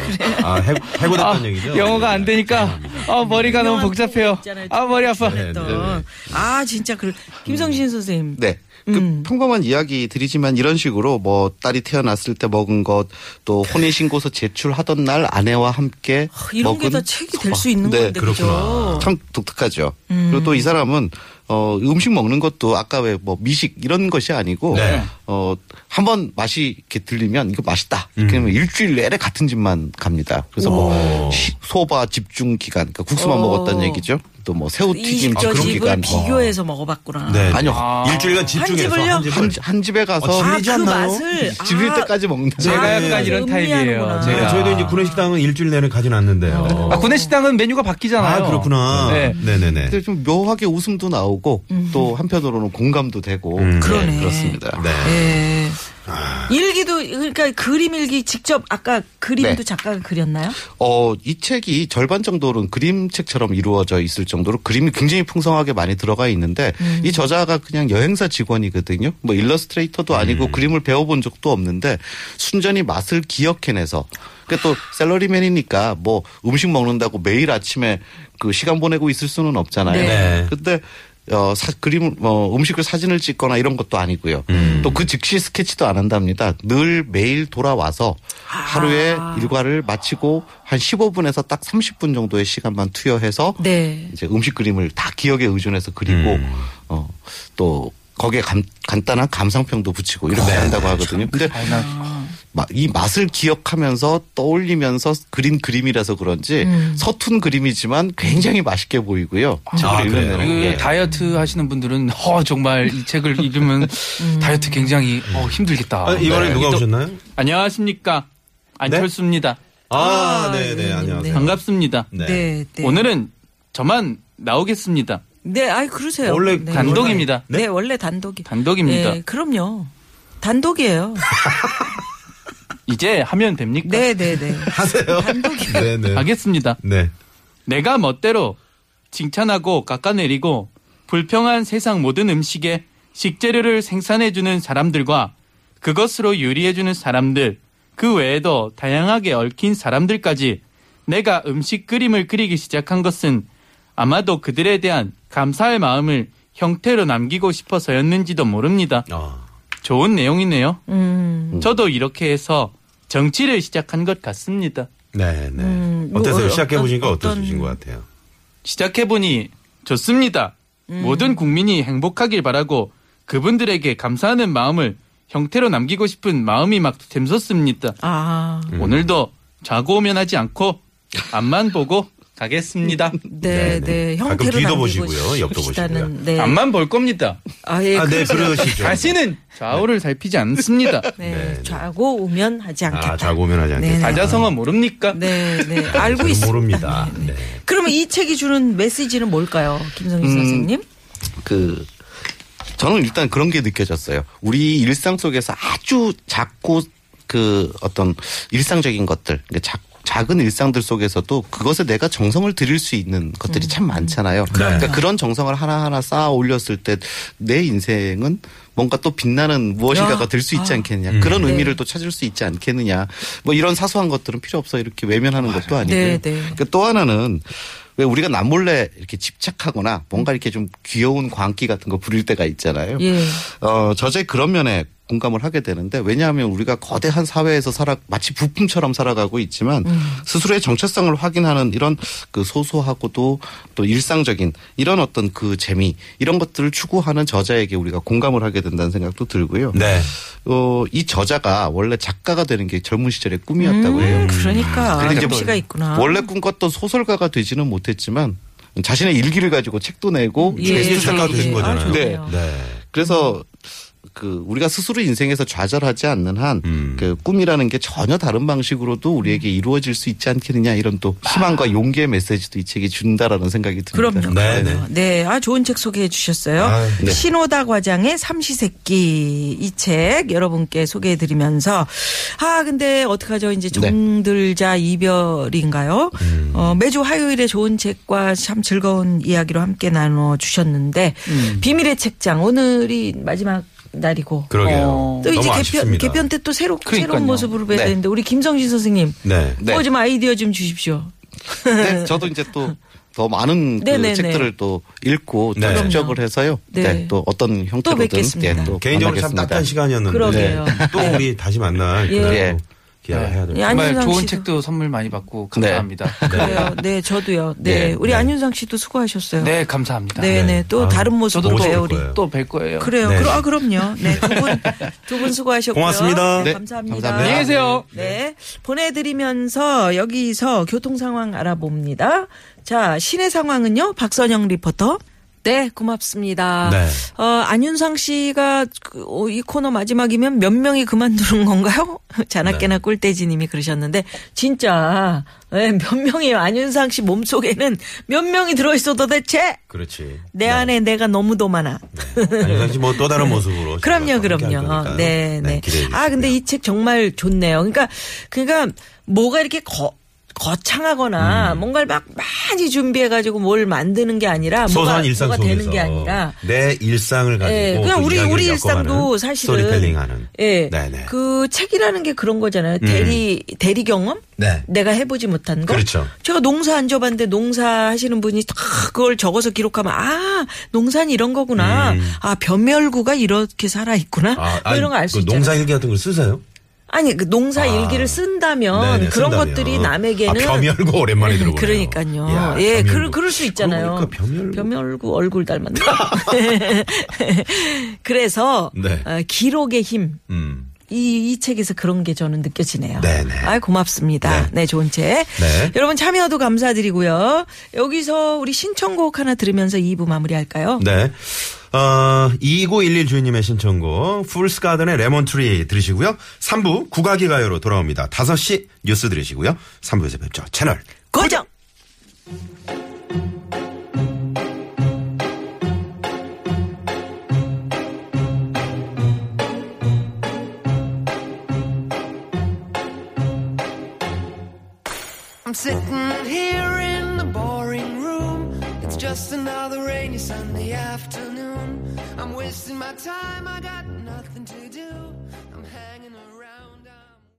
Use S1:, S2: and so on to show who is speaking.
S1: 아, 해, 해고됐다는 얘기죠?
S2: 네. 영어가 안 되니까 아, 머리가 너무
S3: 유명한
S2: 복잡해요.
S3: 있잖아요.
S2: 아 머리 아파.
S1: 네, 네, 네.
S3: 아 진짜 그 김성신 선생님.
S4: 네. 그
S3: 음.
S4: 평범한 이야기들이지만 이런 식으로 뭐 딸이 태어났을 때 먹은 것 또 혼인 신고서 제출하던 날 아내와 함께
S3: 아, 이런 게
S4: 먹은
S3: 다 책이 될
S4: 소화.
S3: 수 있는
S4: 네,
S3: 건데 그렇죠.
S4: 참 독특하죠. 그리고 또 이 사람은 어 음식 먹는 것도 아까 왜 뭐 미식 이런 것이 아니고
S1: 네.
S4: 어 한 번 맛이 이렇게 들리면 이거 맛있다.
S2: 음.
S4: 그러면 일주일 내내 같은 집만 갑니다. 그래서 뭐 시- 소바 집중 기간, 그러니까 국수만
S3: 오.
S4: 먹었다는 얘기죠. 또 뭐 새우 튀김
S3: 이집저
S4: 집중
S3: 집을
S4: 기간,
S3: 비교해서 먹어봤구나.
S1: 네. 네.
S4: 아니요.
S1: 일주일간 집중해서
S3: 집을요?
S1: 한 집을.
S4: 어. 한, 한 집에 가서
S3: 아,
S1: 질리지
S3: 그
S1: 않나요?
S3: 맛을
S4: 질릴
S3: 아,
S4: 때까지 먹는다.
S2: 어, 제가
S1: 네.
S2: 약간 이런 타입이에요.
S3: 음미하는구나.
S1: 네,
S5: 아.
S2: 제가
S1: 저희도 이제 구내식당은 일주일 내내 가진 않는데요.
S2: 아, 구내식당은 메뉴가
S1: 아,
S2: 바뀌잖아요.
S1: 그렇구나.
S2: 네.
S1: 네. 네네
S4: 근데 좀 묘하게 웃음도 나오고 또 한편으로는 공감도 되고
S1: 음.
S3: 그러네.
S4: 그렇습니다.
S3: 예. 일기도 그러니까 그림 일기 직접 아까 그림도
S4: 네.
S3: 작가가 그렸나요?
S4: 어, 이 책이 절반 정도는 그림책처럼 이루어져 있을 정도로 그림이 굉장히 풍성하게 많이 들어가 있는데 이 저자가 그냥 여행사 직원이거든요. 뭐 일러스트레이터도 아니고 그림을 배워본 적도 없는데 순전히 맛을 기억해내서 그러니까 또 셀러리맨이니까 뭐 음식 먹는다고 매일 아침에 그 시간 보내고 있을 수는 없잖아요.
S1: 네.
S4: 근데 어, 사, 그림, 어, 음식을 사진을 찍거나 이런 것도 아니고요. 또 그 즉시 스케치도 안 한답니다. 늘 매일 돌아와서 하루에 일과를 마치고 한 15분에서 딱 30분 정도의 시간만 투여해서
S3: 네.
S4: 이제 음식 그림을 다 기억에 의존해서 그리고 어, 또 거기에 감- 간단한 감상평도 붙이고 이렇게 한다고 하거든요. 근데 마- 이 맛을 기억하면서 떠올리면서 그린 그림이라서 그런지 서툰 그림이지만 굉장히 맛있게 보이고요. 책을 읽으면
S6: 그
S1: 예.
S6: 다이어트 하시는 분들은 어 정말 이 책을 읽으면
S3: 음.
S6: 다이어트 굉장히 어, 힘들겠다.
S1: 아, 이번에
S6: 네.
S1: 누가
S6: 또-
S1: 오셨나요?
S6: 안녕하십니까 안철수입니다.
S1: 아, 네,
S3: 네,
S1: 네, 안녕하세요.
S6: 반갑습니다.
S1: 네.
S3: 네. 네.
S6: 오늘은 저만 나오겠습니다.
S3: 네, 아이 그러세요.
S1: 원래
S3: 네.
S6: 단독입니다.
S3: 네, 원래 단독이.
S6: 단독입니다.
S3: 네, 그럼요. 단독이에요.
S6: 이제 하면 됩니까?
S3: 네, 네, 네.
S1: 하세요.
S3: 단독이요.
S1: 네, 네.
S6: 하겠습니다.
S1: 네.
S6: 내가 멋대로 칭찬하고 깎아내리고 불평한 세상 모든 음식에 식재료를 생산해주는 사람들과 그것으로 요리해주는 사람들, 그 외에도 다양하게 얽힌 사람들까지 내가 음식 그림을 그리기 시작한 것은 아마도 그들에 대한 감사의 마음을 형태로 남기고 싶어서였는지도 모릅니다.
S1: 아,
S6: 좋은 내용이네요.
S3: 음.
S6: 저도 이렇게 해서 정치를 시작한 것 같습니다.
S1: 네, 네.
S3: 뭐
S1: 어떠세요?
S3: 어떤-
S1: 시작해보시니까
S3: 어떤-
S1: 어떠신 것 같아요?
S6: 시작해보니 좋습니다. 모든 국민이 행복하길 바라고 그분들에게 감사하는 마음을 형태로 남기고 싶은 마음이 막 샘솟습니다.
S3: 아,
S6: 오늘도 자고 오면 하지 않고 앞만 보고 가겠습니다.
S3: 네, 네.
S1: 가끔
S3: 형태로
S1: 뒤도
S3: 남기고
S1: 보시고요, 옆도
S3: 싶다는,
S1: 보시고요.
S3: 네.
S6: 앞만 볼 겁니다.
S3: 아, 예,
S1: 아, 네,
S3: 그러죠.
S1: 그러시죠.
S6: 다시는 좌우를 살피지 않습니다.
S3: 네,
S1: 네.
S3: 좌고 우면 하지 않겠다.
S1: 아, 자고 오면 하지 않겠다.
S6: 다자성어 모릅니까?
S3: 네, 네. 알고
S1: 저는
S3: 있습니다.
S1: 모릅니다.
S3: 네, 네.
S1: 네.
S3: 그러면 이 책이 주는 메시지는 뭘까요? 김성희 선생님?
S4: 그 저는 일단 그런 게 느껴졌어요. 우리 일상 속에서 아주 작고 그 어떤 일상적인 것들, 그러니까 작, 작은 일상들 속에서도 그것에 내가 정성을 들일 수 있는 것들이 참 많잖아요. 그러니까 그런 정성을 하나하나 쌓아 올렸을 때 내 인생은 뭔가 또 빛나는 무엇인가가 될 수 있지 않겠느냐. 그런 의미를 또 찾을 수 있지 않겠느냐. 뭐 이런 사소한 것들은 필요 없어 이렇게 외면하는 것도 아니고요.
S3: 네, 네.
S4: 그러니까 또 하나는 왜 우리가 남몰래 이렇게 집착하거나 뭔가 이렇게 좀 귀여운 광기 같은 거 부릴 때가 있잖아요.
S3: 예.
S4: 어, 저제 그런 면에 공감을 하게 되는데 왜냐하면 우리가 거대한 사회에서 살아 마치 부품처럼 살아가고 있지만 스스로의 정체성을 확인하는 이런 그 소소하고도 또 일상적인 이런 어떤 그 재미 이런 것들을 추구하는 저자에게 우리가 공감을 하게 된다는 생각도 들고요.
S1: 네.
S4: 어, 이 저자가 원래 작가가 되는 게 젊은 시절의 꿈이었다고 해요.
S1: 음,
S3: 그러니까
S4: 근데 이제
S1: 뭐
S3: 접시가 있구나.
S4: 원래 꿈꿨던 소설가가 되지는 못했지만 자신의 일기를 가지고 책도 내고
S3: 예.
S1: 게스트 작가가
S3: 예.
S1: 되신 거잖아요.
S3: 아,
S4: 네.
S3: 좋네요.
S1: 네.
S4: 그래서 그 우리가 스스로 인생에서 좌절하지 않는 한
S1: 음.
S4: 그 꿈이라는 게 전혀 다른 방식으로도 우리에게
S3: 음.
S4: 이루어질 수 있지 않겠느냐 이런 또 희망과 용기의 메시지도 이 책이 준다라는 생각이 듭니다.
S3: 아. 그럼요.
S1: 네,
S3: 그럼요. 네. 아, 좋은 책 소개해 주셨어요.
S1: 아, 네.
S3: 신호다 과장의 삼시세끼 이 책 여러분께 소개해 드리면서 아, 근데 어떡하죠? 이제 종들자 이별인가요? 어, 매주 화요일에 좋은 책과 참 즐거운 이야기로 함께 나눠 주셨는데 비밀의 책장 오늘이 마지막 날이고
S1: 그러게요.
S5: 어.
S3: 또 이제
S1: 너무
S3: 개편
S1: 아쉽습니다.
S3: 개편 때 또 새로 새로운
S6: 그러니까요.
S3: 모습으로 봐야
S4: 네.
S3: 되는데 우리 김성진 선생님
S1: 네.
S4: 네.
S3: 뭐 좀 아이디어 좀 주십시오.
S4: 네, 저도 이제 또 더 많은 그
S3: 네네네.
S4: 책들을 또 읽고
S1: 네.
S4: 또 축적을 해서요.
S3: 네.
S4: 네. 또 어떤 형태로든
S3: 뵙겠습니다.
S4: 예, 또
S1: 개인적으로 참
S4: 만나겠습니다.
S1: 따뜻한 시간이었는데
S3: 그러게요. 네.
S1: 또 우리 다시 만날
S3: 예.
S1: 그날도
S4: 예.
S1: 기약을 해야 될 것 같아요.
S6: 정말
S3: 안윤상
S6: 좋은
S3: 씨도.
S6: 책도 선물 많이 받고
S4: 네.
S6: 감사합니다.
S3: 그래요. 네, 저도요. 네,
S4: 네,
S3: 우리 안윤상 씨도 수고하셨어요.
S6: 네, 감사합니다.
S3: 네, 네. 또
S1: 아,
S3: 다른 모습으로
S6: 저도
S1: 오실
S3: 배우리.
S1: 거예요.
S6: 또 뵐 거예요.
S3: 그래요.
S1: 네.
S3: 그럼 아, 그럼요. 네, 두 분, 두 분 수고하셨고요.
S1: 고맙습니다.
S3: 네,
S4: 네,
S3: 감사합니다.
S4: 감사합니다. 안녕히
S5: 계세요.
S3: 네. 보내드리면서 여기서 교통 상황 알아봅니다. 자, 시내 상황은요, 박선영 리포터. 네, 고맙습니다.
S1: 네.
S3: 어, 안윤상 씨가 그, 어, 이 코너 마지막이면 몇 명이 그만두는 건가요? 자나깨나 꿀돼지님이 그러셨는데 진짜 예, 몇 명이 안윤상 씨 몸속에는 몇 명이 들어있어 도대체?
S1: 그렇지.
S3: 내 네, 안에 내가 너무도 많아.
S1: 안희상 씨뭐또 다른 모습으로.
S3: 그럼요,
S1: 저희가 또 함께 할
S3: 그럼요.
S1: 거니까요.
S3: 네, 네.
S1: 기대해
S3: 아, 근데
S1: 주시고요.
S3: 이 책 정말 좋네요. 그러니까, 그러니까 뭐가 이렇게 거,
S1: 음.
S3: 거창하거나 뭔가를 막 많이 준비해가지고 뭘 만드는 게 아니라 뭐가,
S1: 소소한 일상
S3: 뭐가
S1: 속에서
S3: 되는 게 아니라
S1: 내 일상을 가지고
S3: 예, 그냥
S1: 그
S3: 우리
S1: 이야기를
S3: 우리
S1: 엮어가는
S3: 일상도 사실은
S1: 스토리텔링하는
S3: 예,
S1: 네네. 음.
S3: 그 책이라는 게 그런 거잖아요. 대리 대리 경험,
S1: 네.
S3: 내가 해보지 못한 거.
S1: 그렇죠.
S3: 제가 농사 안 접었는데 농사 하시는 분이 다 그걸 적어서 기록하면 아 농사는 이런 거구나.
S1: 음.
S3: 아 변멸구가 이렇게 살아 있구나. 뭐 이런 거 알 수
S1: 그
S3: 있잖아요.
S1: 농사 일기 같은 걸 쓰세요?
S3: 아니 그 농사
S1: 아.
S3: 일기를 쓴다면
S1: 네네,
S3: 어, 그런
S1: 쓴다면.
S3: 것들이 남에게는
S1: 아, 겸열고 오랜만에 들어보네요.
S3: 그러니까요.
S1: 이야,
S3: 예, 그,
S1: 겸열고.
S3: 그럴 수 있잖아요.
S1: 그러고 보니까 겸열고.
S3: 구 얼굴 닮았네. 그래서
S1: 네.
S3: 어, 기록의 힘.
S1: 음.
S3: 이, 이 책에서 그런 게 저는 느껴지네요.
S1: 네네.
S3: 아 고맙습니다.
S1: 네.
S3: 네. 좋은 책.
S1: 네.
S3: 여러분 참여도 감사드리고요. 여기서 우리 신청곡 하나 들으면서 2부 마무리할까요?
S1: 네. 어, 2911 주인님의 신청곡 풀스 가든의 레몬트리 들으시고요. 3부 국악의 가요로 돌아옵니다. 5시 뉴스 들으시고요. 3부에서 뵙죠. 채널
S3: 고정!
S7: I'm sitting here in the boring room. It's just another rainy Sunday afternoon. I'm wasting my time. I got